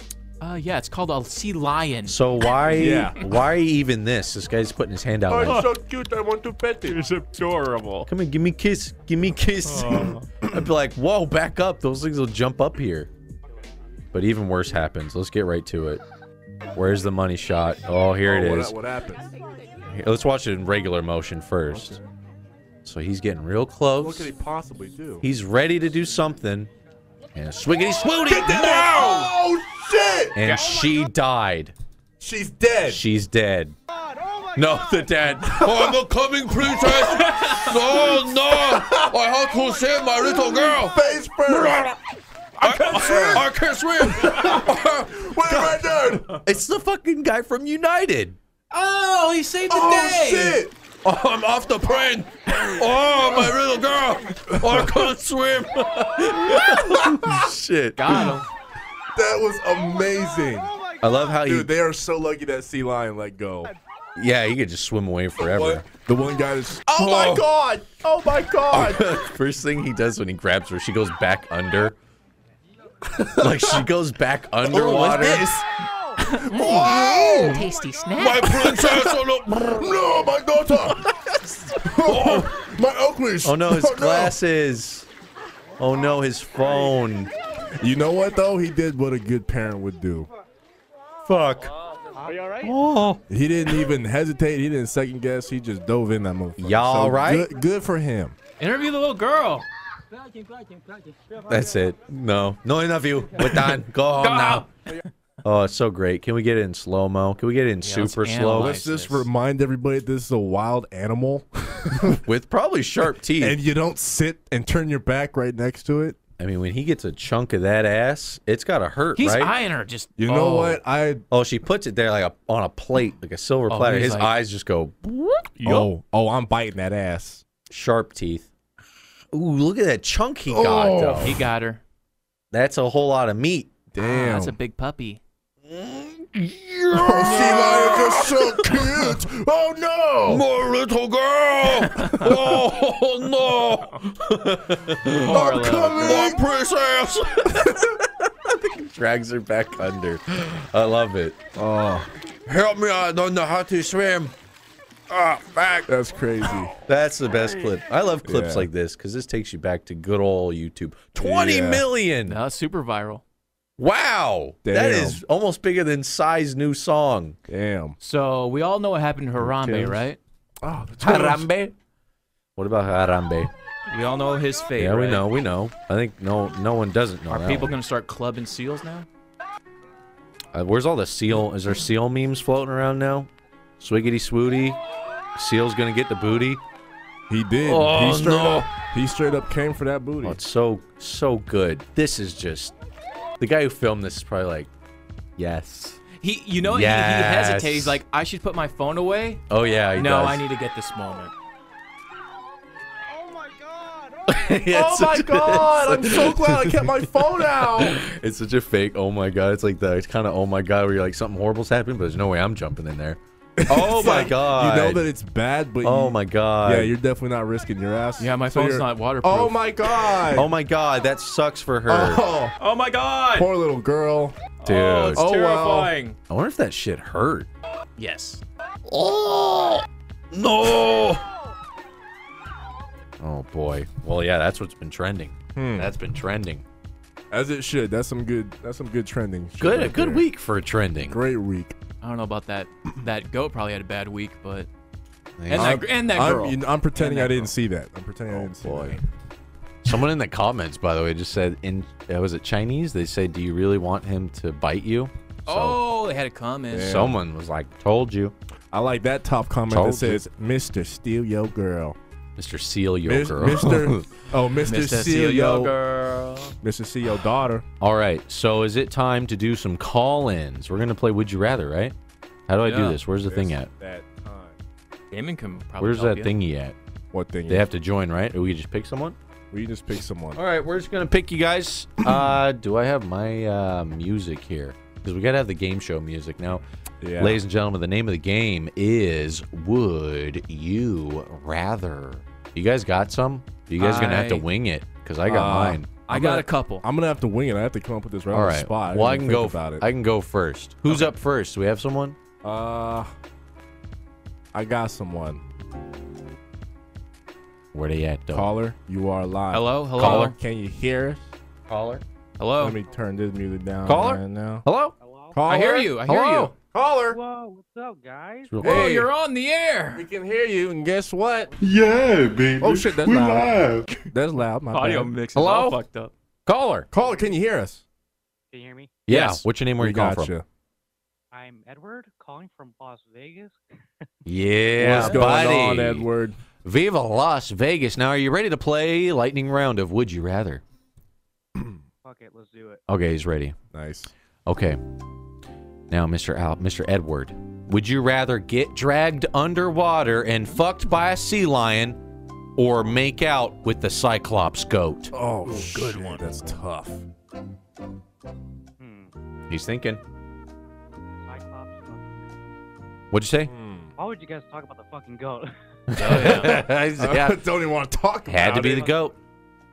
D: Uh, yeah, it's called a sea lion.
F: So [LAUGHS] why
B: Yeah.
F: why even this? This guy's putting his hand [LAUGHS] out. Like,
B: so cute. I want to pet it.
I: adorable.
F: Come here, give me a kiss, give me a kiss. [LAUGHS] I'd be like, whoa, back up. Those things will jump up here. But even worse happens. Let's get right to it. Where's the money shot? Oh, here it
B: Oh, what,
F: is.
B: What happened?
F: Here, let's watch it in regular motion first. So he's getting real close.
B: What could he possibly do?
F: He's ready to do something. And swiggity swooty.
B: Oh shit!
F: And she died.
B: She's dead.
F: She's dead. No, the dead. [LAUGHS] oh, I'm a coming princess. No, no. I have to save my little girl.
B: Face first.
F: I can't swim. I can't swim.
B: What have I done?
F: [LAUGHS] it's the fucking guy from United.
D: Oh, he saved the
B: [LAUGHS] Oh shit!
F: Oh, I'm off the plane. Oh, my little girl. I can't swim. Shit.
D: Got him.
B: That was amazing.
F: I love how you.
B: Dude, they are so lucky that sea lion let go.
F: Yeah, you could just swim away forever.
B: What? The one guy that's. Oh my god! Oh my god! [LAUGHS]
A: First thing he does when he grabs her, she goes back under. like she goes back
F: Oh,
A: underwater.
B: [LAUGHS] Whoa!
H: Tasty
D: Oh
H: snack.
B: My princess! Oh no! No, my [LAUGHS] daughter! Oh, my Oakleys!
F: Oh
B: [LAUGHS]
F: no, his glasses. Oh no, his phone.
B: You know what though? He did what a good parent would do.
F: Fuck. Oh.
B: He didn't even hesitate. He didn't second guess. He just dove in that motherfucker.
F: Y'all right?
B: Good, good for him.
D: Interview the little girl.
F: That's it. No. No interview. We're done. Go home now. Oh, it's so great. Can we get it in slow mo? Can we get it in
D: Yeah, let's
F: super slow?
D: analyze.
B: Let's just
D: this.
B: remind everybody this is a wild animal,
F: With probably sharp
B: and
F: teeth.
B: you don't sit and turn your back right next to it.
F: I mean, when he gets a chunk of that ass, it's got to hurt,
D: He's
F: right?
D: eyeing her. Just
B: You know
D: Oh.
B: what? I
F: oh, she puts it there like a, on a plate, like a silver
D: Oh,
F: platter.
D: he's
F: His
D: like-
F: eyes just go
B: oh oh I'm biting that ass.
F: sharp teeth. Ooh, look at that chunk he got,
B: Oh.
F: though.
D: oh, He got her.
F: That's a whole lot of meat.
B: Damn.
D: Ah, That's a big puppy.
B: Oh, sea lions are so cute. Oh no!
F: More little girl. [LAUGHS] oh no,
D: Poor little
B: coming.
F: my princess. [LAUGHS] Drags her back under. I love it. Oh, help me! I don't know how to swim. Ah, back.
B: That's crazy.
F: That's the best clip. I love clips
B: Yeah.
F: like this because this takes you back to good old YouTube. Twenty
B: Yeah.
F: million.
D: No, it's super viral.
F: Wow, that
B: Damn.
F: is almost bigger than Psy's new song.
B: Damn.
D: So we all know what happened to Harambe, right?
B: Oh, that's
F: What about [LAUGHS] Harambe?
D: We all know his fate.
F: Yeah, we
D: right?
F: know, we know. I think no, no one doesn't know.
D: Are
F: that
D: people
F: one.
D: gonna start clubbing seals now?
F: Uh, where's all the seal? Is there seal memes floating around now? Swiggity swooty. Seal's gonna get the booty.
B: He did.
D: Oh,
B: he straight up. He straight up came for that booty.
F: Oh, it's so so good. This is just the guy who filmed this is probably like, yes.
D: He, you know, he, he
F: Yes.
D: hesitates. He's like, I should put my phone away.
F: Oh yeah, he
D: no,
F: does.
D: I need to get this moment.
F: It's
B: oh my
F: such-
B: god! I'm
F: it's such-
B: so glad I kept my phone out.
F: It's such a fake. Oh my god! It's like the it's kind of oh my god where you're like something horrible's happened, but there's no way I'm jumping in there. [LAUGHS] [LAUGHS] Oh
B: It's
F: my
B: like,
F: god!
B: You know that it's bad, but
F: oh
B: you-
F: my god!
B: Yeah, you're definitely not risking your ass.
D: Yeah, my
B: So
D: phone's
B: you're-
D: not waterproof.
B: Oh my god!
F: oh my god! That sucks for
B: [LAUGHS]
F: her,
B: Oh,
I: Oh my god!
B: poor little girl.
F: dude.
B: Oh, well.
I: Terrifying.
F: I wonder if that shit hurt.
D: Yes.
F: No. Oh boy. Well, yeah, that's what's been trending. That's been trending.
B: As it should. That's some good. That's some good trending. shit
F: Good,
B: right
F: a good
B: there.
F: week for trending.
B: Great week.
D: I don't know about that. That goat probably had a bad week, but And that, and that
B: I'm,
D: girl.
B: you know, I'm pretending I didn't see that. I'm pretending
F: Oh,
B: I didn't see
C: Boy.
B: that.
A: Someone in the comments, by the way, just said in uh, was it Chinese? They said, "Do you really want him to bite you?"
D: oh, they had a comment.
A: Someone was like, "Told you,
B: I like that top comment
A: Told
B: that says, "Mr. Steal Your Girl."
A: Mr. Seal Your
B: Mis-
A: Girl."
F: [LAUGHS]
B: Mr. Oh, Mr.
D: Mr.
B: Steal,
D: Seal
B: Your
D: Yo Girl.
B: Mr. Steal Your Daughter.
A: [LAUGHS] All right, so is it time to do some call-ins? We're gonna play Would You Rather, right? How do I do
D: Yeah.
A: this? Where's the thing at?
B: That time.
D: Damon can probably
A: Where's that
D: help you.
A: thingy at?
B: What thing?
A: They have to join, right? Or we just pick someone.
B: we just pick someone.
A: All right, we're just gonna pick you guys. Uh, do I have my uh, music here? Because we gotta have the game show music now.
B: Yeah.
A: Ladies and gentlemen, the name of the game is Would You Rather? You guys got some? You guys gonna have to
D: I-
A: wing it because I got
B: Uh,
A: mine.
D: I
B: I'm
D: got
B: gonna-
D: a couple.
B: I'm gonna have to wing it. I have to come up with this right
A: All
B: on the
A: right.
B: spot.
A: well, I
B: didn't
A: can
B: think
A: go.
B: about it.
A: I can go first. Who's up first? Do we have someone?
B: uh, I got someone.
A: Where they at? Though?
B: Caller, you are live.
D: Hello, hello,
B: Caller, can you hear us?
A: Caller.
D: hello.
B: Let me turn this music down.
A: Caller?
B: Right now.
A: Hello.
D: I hear
B: Caller?
D: you. I hear
B: Hello? Caller.
E: Whoa, what's up, guys?
A: It's real-
D: you. Oh,
B: Hey.
D: you're on the air.
B: We can hear you, and guess what?
J: Yeah, baby.
B: Oh shit, that's
J: we
B: loud.
J: live.
B: That's loud. My
D: Audio
B: bad.
D: mix is
A: Hello?
D: all fucked up.
A: Caller.
B: Caller, can you hear us?
E: Can you hear me?
A: Yeah.
D: Yes.
A: What's your name? Where
B: we
A: you calling
B: got
A: from?
B: you.
E: I'm Edward, calling from Las Vegas.
A: Yeah,
B: What's going
A: buddy.
B: on, Edward?
A: Viva Las Vegas. Now, are you ready to play lightning round of Would You Rather?
E: Fuck it, let's do it.
A: Okay, he's ready.
B: Nice.
A: Okay. Now, Mr. Al, Mr. Edward, would you rather get dragged underwater and fucked by a sea lion or make out with the Cyclops goat?
B: Oh, good one. That's tough.
E: Hmm.
A: He's thinking.
E: Cyclops.
A: What'd you say?
D: Hmm.
E: Why would you guys talk about the fucking goat? [LAUGHS]
B: I [LAUGHS]
A: yeah.
B: don't even want to talk about
A: Had to be
B: it.
A: the goat.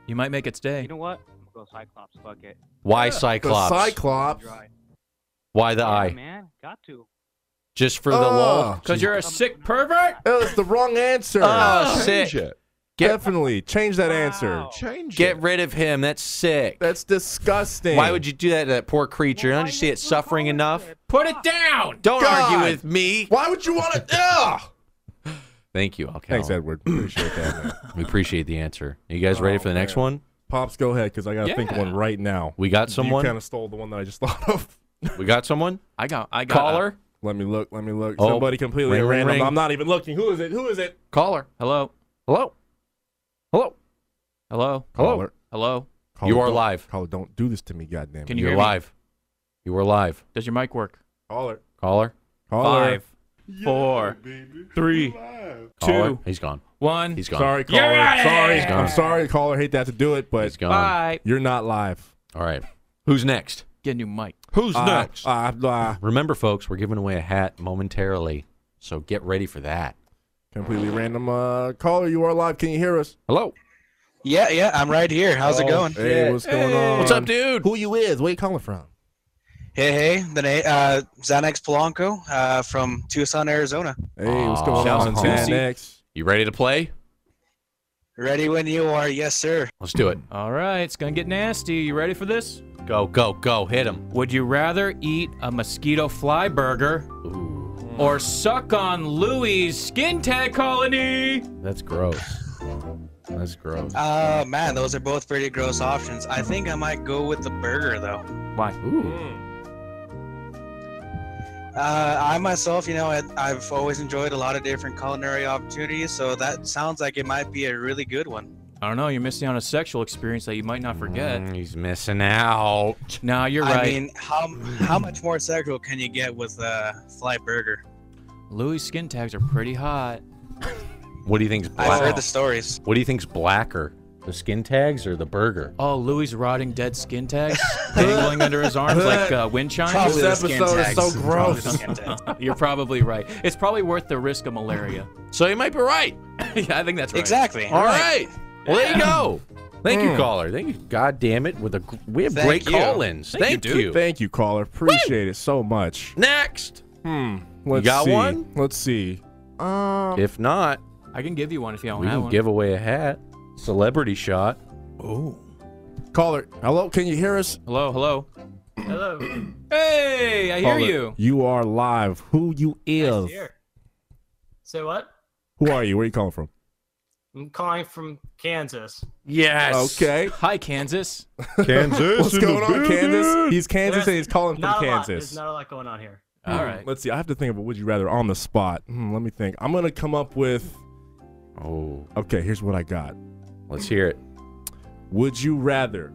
D: You might make it stay.
E: you know what? I'm gonna go Cyclops. Fuck it.
A: Why
B: The
A: Cyclops?
B: Cyclops.
E: Dry.
A: Why the
E: Yeah,
A: eye?
E: Man, got to.
A: Just for the
B: Oh.
A: love?
D: Because you're a sick pervert.
B: Oh, it's the wrong answer.
A: Oh, sick. Get,
B: Definitely change that answer.
E: Wow.
J: Change
A: get rid of him. That's sick.
B: That's disgusting.
A: Why would you do that to that poor creature? Don't you see it suffering enough?
D: Put it down.
A: Don't
B: God.
A: argue with me.
B: Why would
A: [LAUGHS]
B: you want to? Ugh.
A: Thank you. Okay.
B: Thanks, Edward. Appreciate that.
A: [LAUGHS]
B: Man.
A: We appreciate the answer. you guys ready for the next
B: Oh, man.
A: one?
B: Pops, go ahead, because I gotta think of one right now.
A: We got someone.
B: You kind of stole the one that I just [LAUGHS] thought of.
A: We got someone.
D: I got. [LAUGHS] I got. uh, a-
A: Caller.
B: Let me look. Let me look.
A: Oh,
B: Somebody completely
A: ring, ring,
B: random.
A: ring.
B: I'm not even looking. Who is it? Who is it?
A: Caller.
D: Hello.
A: Hello. Hello.
D: Hello.
A: Hello.
B: Caller.
D: Hello.
B: Caller,
A: You are
B: don't-
A: live.
B: Caller, don't do this to me, goddamn.
D: Can
B: it.
D: you
A: You're
D: hear me?
A: live. You were live.
D: Does your mic work?
B: Caller.
A: Caller.
B: Caller.
D: Five, four, three,
A: Caller.
D: two,
A: He's gone.
D: one.
A: He's gone.
B: Sorry,
D: You're
B: caller.
D: out of
B: Sorry,
D: here.
B: I'm sorry, caller. Hate to have to do it, but
A: He's gone.
D: Bye.
B: you're not live.
A: All right. Who's next?
D: Get a new mic.
A: Who's
B: Uh, uh, uh,
A: Remember, folks, we're giving away a hat momentarily, so get ready for that.
B: completely random. Uh, caller, you are live. Can you hear us?
A: Hello.
K: Yeah, yeah, I'm right here. How's it going?
B: Hey, what's going on?
A: What's up, dude?
B: Um, Who you is? Where you calling from?
K: Hey, hey, the name uh, Xanax Polanco uh, from Tucson, Arizona.
B: Hey, what's going
A: Aw.
B: on?
A: Shouts to
B: Xanax.
A: You ready to play?
K: Ready when you are, yes, sir.
A: Let's do it.
D: All right, it's gonna get nasty. You ready for this?
A: Go, go, go. Hit him.
D: Would you rather eat a mosquito fly burger or suck on Louis' skin tag colony?
A: That's gross. That's gross.
K: Uh, man, those are both pretty gross options. I think I might go with the burger, though.
D: Why?
A: Ooh.
K: Uh, I myself, you know, I, I've always enjoyed a lot of different culinary opportunities, so that sounds like it might be a really good one.
D: I don't know. You're missing out on a sexual experience that you might not forget.
A: Mm, he's missing out.
D: Nah, you're
K: I
D: right.
K: mean, how how much more sexual can you get with a fly burger?
D: Louis' skin tags are pretty hot.
A: What do you think's black?
K: I've heard the stories.
A: What do you think's blacker, the skin tags or the burger?
D: Oh, Louis' rotting dead skin tags dangling under his arms like uh, wind chimes.
K: Probably
B: This
K: the skin
B: episode is
K: tags.
B: so
K: Probably the
B: gross.
K: skin
B: [LAUGHS]
K: tags.
D: You're probably right. It's probably worth the risk of malaria.
A: So you might be right. [LAUGHS]
D: yeah, I think that's right.
K: Exactly.
A: All right. Well, there you go. Thank you,
B: Mm.
A: caller. Thank you. God damn it. With a gr- we have
K: Thank
A: great
K: you.
A: call-ins. Thank, you.
B: Thank you, caller. Appreciate it so much.
A: Next.
B: Hmm. Let's
A: got
B: see.
A: one?
B: Let's see. Um.
A: If not,
D: I can give you one if you don't
A: we
D: have
A: can
D: one.
A: give away a hat. Celebrity shot.
B: Caller, hello. Can you hear us?
D: Hello, hello. Hello. hey, I hear
B: Caller,
D: you.
B: You are live. Who you is?
L: Say what?
B: Who are you? Where are you calling from?
J: I'm calling from Kansas.
D: Yes.
A: [LAUGHS]
B: Okay.
D: Hi, Kansas.
A: Uh, Kansas.
B: What's
A: in the
B: going on, Kansas?
A: building.
B: He's Kansas and he's calling from
J: Not a lot.
B: Kansas.
J: There's not a lot going on here.
D: All right.
B: Let's see. I have to think of a would you rather on the spot. Hmm, let me think. I'm gonna come up with.
A: Oh,
B: Okay, here's what I got.
A: let's hear it.
B: Would you rather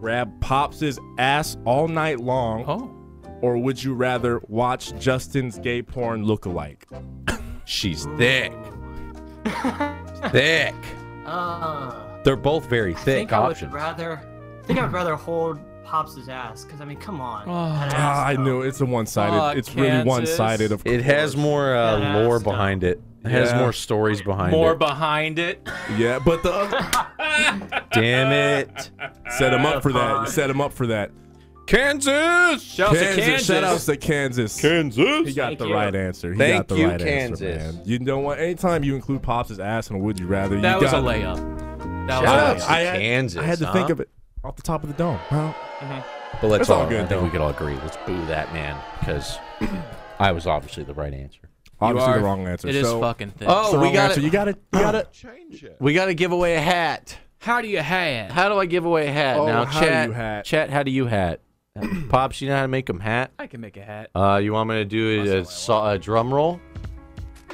B: grab Pops' ass all night long,
D: Oh.
B: or would you rather watch Justin's gay porn lookalike?
A: She's thick. thick.
J: Uh,
A: They're both very
J: I
A: thick
J: think I
A: options.
J: would rather. I think I'd rather hold Pops' ass because I mean, come on.
D: Oh.
J: That ass,
B: Ah, I
J: though.
B: knew it. it's a one-sided.
D: Aw,
B: it's really
D: Kansas.
B: one-sided. Of
A: It has more uh,
J: Yeah,
A: lore
J: stuff.
A: behind it. It has
B: Yeah.
A: more stories behind
D: More
A: it.
D: behind it.
B: yeah, but the other-
A: Damn it.
B: set him up for that.
J: Pog.
B: Set him up for that.
A: Kansas.
D: Ah, Shout out to
B: Kansas.
D: Kansas.
B: Shout outs to Kansas.
A: Kansas.
B: He got
J: Thank
B: the
J: you.
B: right answer. He
A: Thank
B: got the
A: you,
B: right answer,
A: Kansas.
B: man. You know what? Anytime you include Pops' ass and would you rather,
D: That
B: you
D: was a
B: got
D: layup. That
A: Shout
D: was
A: outs
D: a
A: to
D: layup.
B: I had-
A: Kansas.
B: I had to
A: huh?
B: think of it off the top of the dome. Well,
A: But let's
B: It's all
A: all,
B: good,
A: I think
B: though.
A: we could all agree. Let's boo that man because I was obviously the right answer.
B: obviously
D: are-
B: the wrong answer.
D: It is
B: so,
D: fucking thick.
C: Oh,
B: it's the
C: we
B: wrong
C: got
B: answer.
C: it.
B: You got it. You got it.
C: We got to give away a hat.
D: How do you have?
C: How do I give away a hat?
B: Oh,
C: now,
B: how do
C: chat,
B: you hat?
C: chat, how do you
A: [CLEARS THROAT]
C: hat? Pops, you know how to make them hat?
D: I can make a hat.
C: Uh, you want me to do a, saw, a drum roll?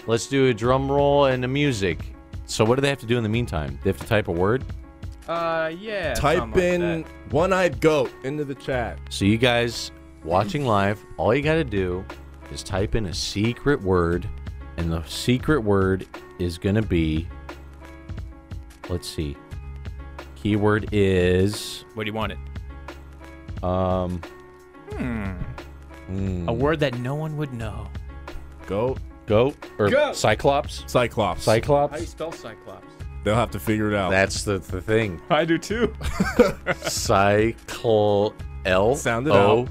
C: Let's do a drum roll and the music.
A: So what do they have to do in the meantime? They have to type a word.
D: Uh, yeah.
B: Type
D: something
B: in
D: like
B: one-eyed goat into the chat.
A: So you guys
B: [CLEARS THROAT]
A: watching live, all you got to do is type in a secret word, and the secret word is gonna be. Let's see. Keyword is
D: that. What do you want it?
A: um. Hmm.
D: A word that no one would know.
B: Goat.
A: Goat or
D: Goat.
A: Cyclops.
B: Cyclops.
A: Cyclops.
D: spell Cyclops?
B: They'll have to figure it out.
A: That's the, the
B: [LAUGHS]
A: thing.
D: I do too.
A: Cycle L
B: Sound it
A: O
B: out.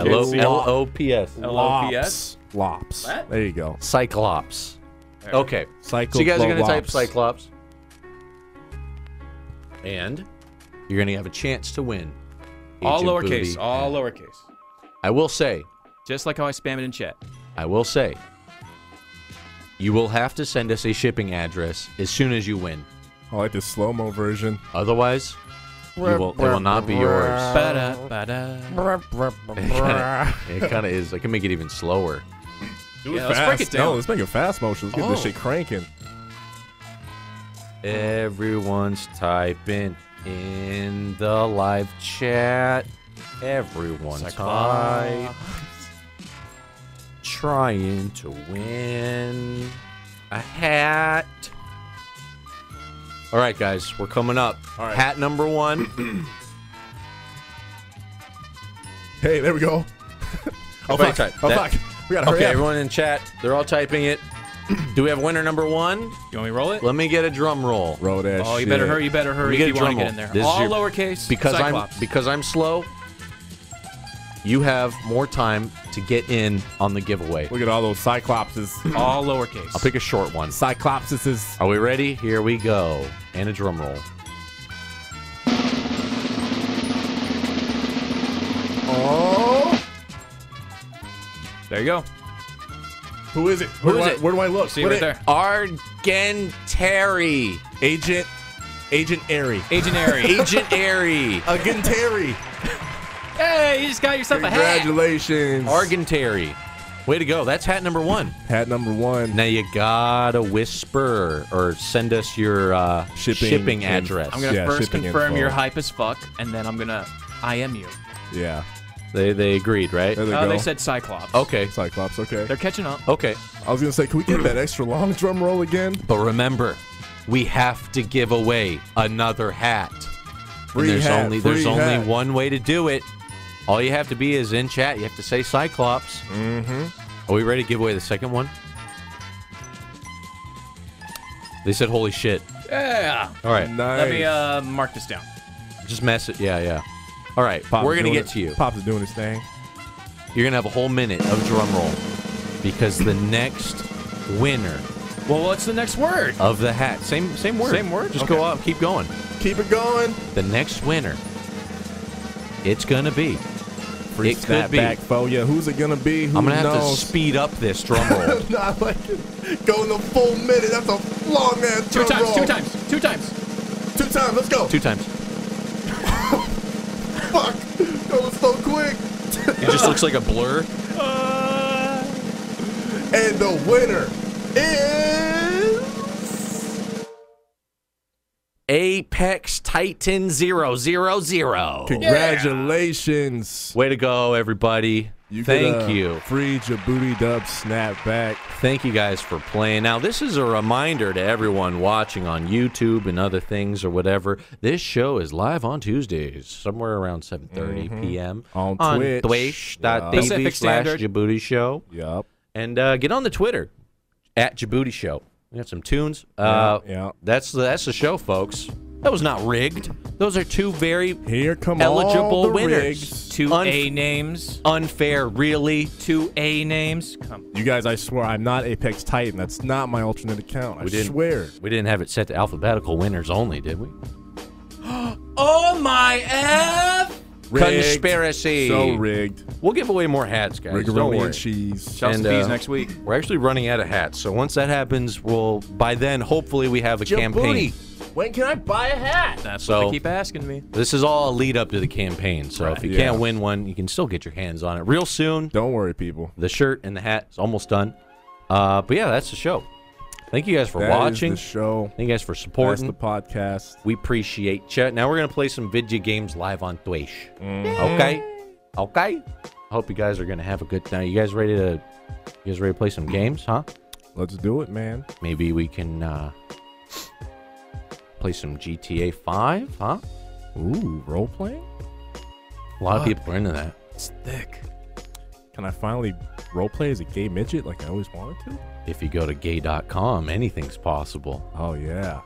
A: L O L O P S.
D: L-O-P-S?
B: Lops.
D: What?
B: There you go.
A: Cyclops.
C: Okay.
B: Cyclops.
C: So you guys are going to type Cyclops.
A: And
C: You're going to have a chance to win.
D: All
C: Agent
D: lowercase.
C: Booty.
D: All lowercase.
C: I will say,
D: Just like how I spam it in chat.
C: I will say, you will have to send us a shipping address as soon as you win.
B: Oh, I like the slow mo version.
C: Otherwise, [LAUGHS] you will, it will not be
B: Uh,
C: yours.
B: [LAUGHS]
D: Ba-da, ba-da.
C: It kind of is. I can make it even slower.
B: Do
D: Yeah, let's break it
B: No,
D: down.
B: let's make a fast motion. Let's get this
D: Oh.
B: shit cranking.
A: everyone's typing in the live chat. Everyone's type. Trying to win a hat.
C: All right, guys, we're coming up.
B: All right.
C: Hat number
B: [CLEARS THROAT]
C: one.
B: Hey, there we go. [LAUGHS] oh,
A: Everybody
B: fuck.
A: type.
B: Oh,
A: That-
B: fuck. We gotta hurry
A: Okay,
B: up.
A: everyone in chat, they're all typing it. Do we have winner number one?
D: You want me to roll it?
C: Let me get a drum roll.
B: Roll that
D: Oh, you
B: shit.
D: better hurry. You better hurry
A: Let me
D: if
A: get
D: you
A: a
D: want
A: drum
D: to get
A: roll.
D: in
A: This
D: there.
A: is
D: all
A: your-
D: lowercase.
C: Because I'm
D: Cyclops.
C: because I'm slow. You have more time to get in on the giveaway.
B: Look at all those Cyclopses.
D: all lowercase.
C: I'll pick a short one.
B: Cyclopses.
C: Are we ready? Here we go. And a drum roll.
B: Oh.
D: There you go.
B: Who is it? Where, do,
D: Who is
B: I,
D: it?
B: where do I look?
D: See
B: What
D: right
B: it-
D: there.
C: Argentary.
B: Agent. Agent Airy.
A: [LAUGHS]
D: Agent Airy.
C: Agent
D: [LAUGHS]
C: Airy.
B: Again, Terry.
D: hey, you just got yourself a hat.
B: [LAUGHS] Congratulations.
C: Argentary. Way to go. That's hat number one.
B: Hat number one.
C: Now you gotta whisper or send us your uh,
B: Shipping
C: shipping,
B: and-
C: address.
D: I'm gonna
B: Yeah,
D: first
B: shipping
D: confirm
B: info.
D: you're hype as fuck, and then I'm gonna IM you.
B: Yeah.
C: They they agreed, right?
B: There they
D: Uh,
B: go.
D: they said Cyclops.
C: Okay.
B: Cyclops. Okay.
D: They're catching up.
C: Okay.
B: I was gonna say, can we get that extra long drum roll again?
C: But remember, we have to give away another hat.
B: Free
C: and there's
B: hat,
C: only there's
B: free
C: only
B: hat.
C: one way to do it. All you have to be is in chat. You have to say Cyclops. Mm-hmm. Are we ready to give away the second one? They said, "Holy shit!"
D: Yeah.
C: All right,
B: Nice.
D: Let me uh, mark this down.
C: just mess it. Yeah, yeah. All right,
B: Pop's
C: we're gonna
B: doing
C: get
B: it.
C: to you.
B: Pop's doing his thing.
C: You're gonna have a whole minute of drum roll because the next winner
D: Well, what's the next word?
A: Uh,
C: of the hat, same same word,
D: Same word?
C: Just
D: Okay.
C: go up, keep going.
B: Keep it going.
C: The next winner, it's gonna be
B: free
A: It could
B: snap
A: be.
B: back foe. Yeah, who's it gonna be? Who
A: I'm gonna have
B: knows? [LAUGHS]
A: to speed up this drum roll.
B: Not like it. Going the full minute. That's a long ass
D: Two
B: drum
D: times,
B: roll.
D: two times, two times.
B: Two times. Let's go.
A: Two times.
B: [LAUGHS] Fuck. That was so quick.
A: It just looks like a blur.
B: And the winner is.
A: Apex Titan 000.
B: Congratulations.
A: Way to go, everybody.
B: get
A: Thank
B: a
A: you.
B: Free Djibouti dub snapback.
A: Thank you guys for playing. Now, this is a reminder to everyone watching on YouTube and other things or whatever. This show is live on Tuesdays, somewhere around 7.30 p.m.
B: Mm-hmm. On Twitch. uh, Yeah.
A: Twitch.tv
D: Pacific
A: slash
D: Standard.
A: Djibouti Show.
B: Yup.
A: And uh, get on the Twitter, at Djibouti Show. We got some tunes. Uh,
B: yeah.
A: That's, the, that's the show, folks. That was not rigged. Those are two very
B: Here come all
A: eligible
B: the
A: winners.
B: rigs.
D: Two
A: Unf-
D: A names.
A: Unfair, really.
D: Two A names. Come.
B: You guys, I swear, I'm not Apex Titan. That's not my alternate account. I
A: We didn't-
B: swear.
A: We didn't have it set to alphabetical winners only, did we?
D: [GASPS] Oh my F!
B: Rigged.
A: Conspiracy.
B: So rigged.
A: We'll give away more hats, guys. Don't
B: Riggeroni
A: worry.
B: and cheese.
D: Shall
A: And,
D: some bees
A: uh,
D: next week.
A: We're actually running out of hats, so once that happens, we'll by then hopefully we have a campaign.
B: When can I buy a hat?
D: That's
A: so-
D: what they keep asking me.
A: This is all a lead up to the campaign, so if you
B: Yeah.
A: can't win one, you can still get your hands on it real soon.
B: Don't worry, people.
A: The shirt and the hat is almost done. Uh, but yeah, that's the show. Thank you guys for
B: That is
A: watching.
B: the show.
A: Thank you guys for
B: That's
A: supporting.
B: the podcast.
A: We appreciate you. Now we're gonna play some video games live on Twitch.
B: Mm.
A: Okay, okay. Mm. I hope you guys are gonna have a good night. You guys ready to? You guys ready to play some games, huh?
B: Let's do it, man.
A: Maybe we can uh, play some GTA 5, huh?
B: Ooh, role playing?
A: A lot of people are into that.
D: It's thick.
B: Can I finally role play as a gay midget like I always wanted to?
A: If you go to gay.com, anything's possible.
B: Oh yeah.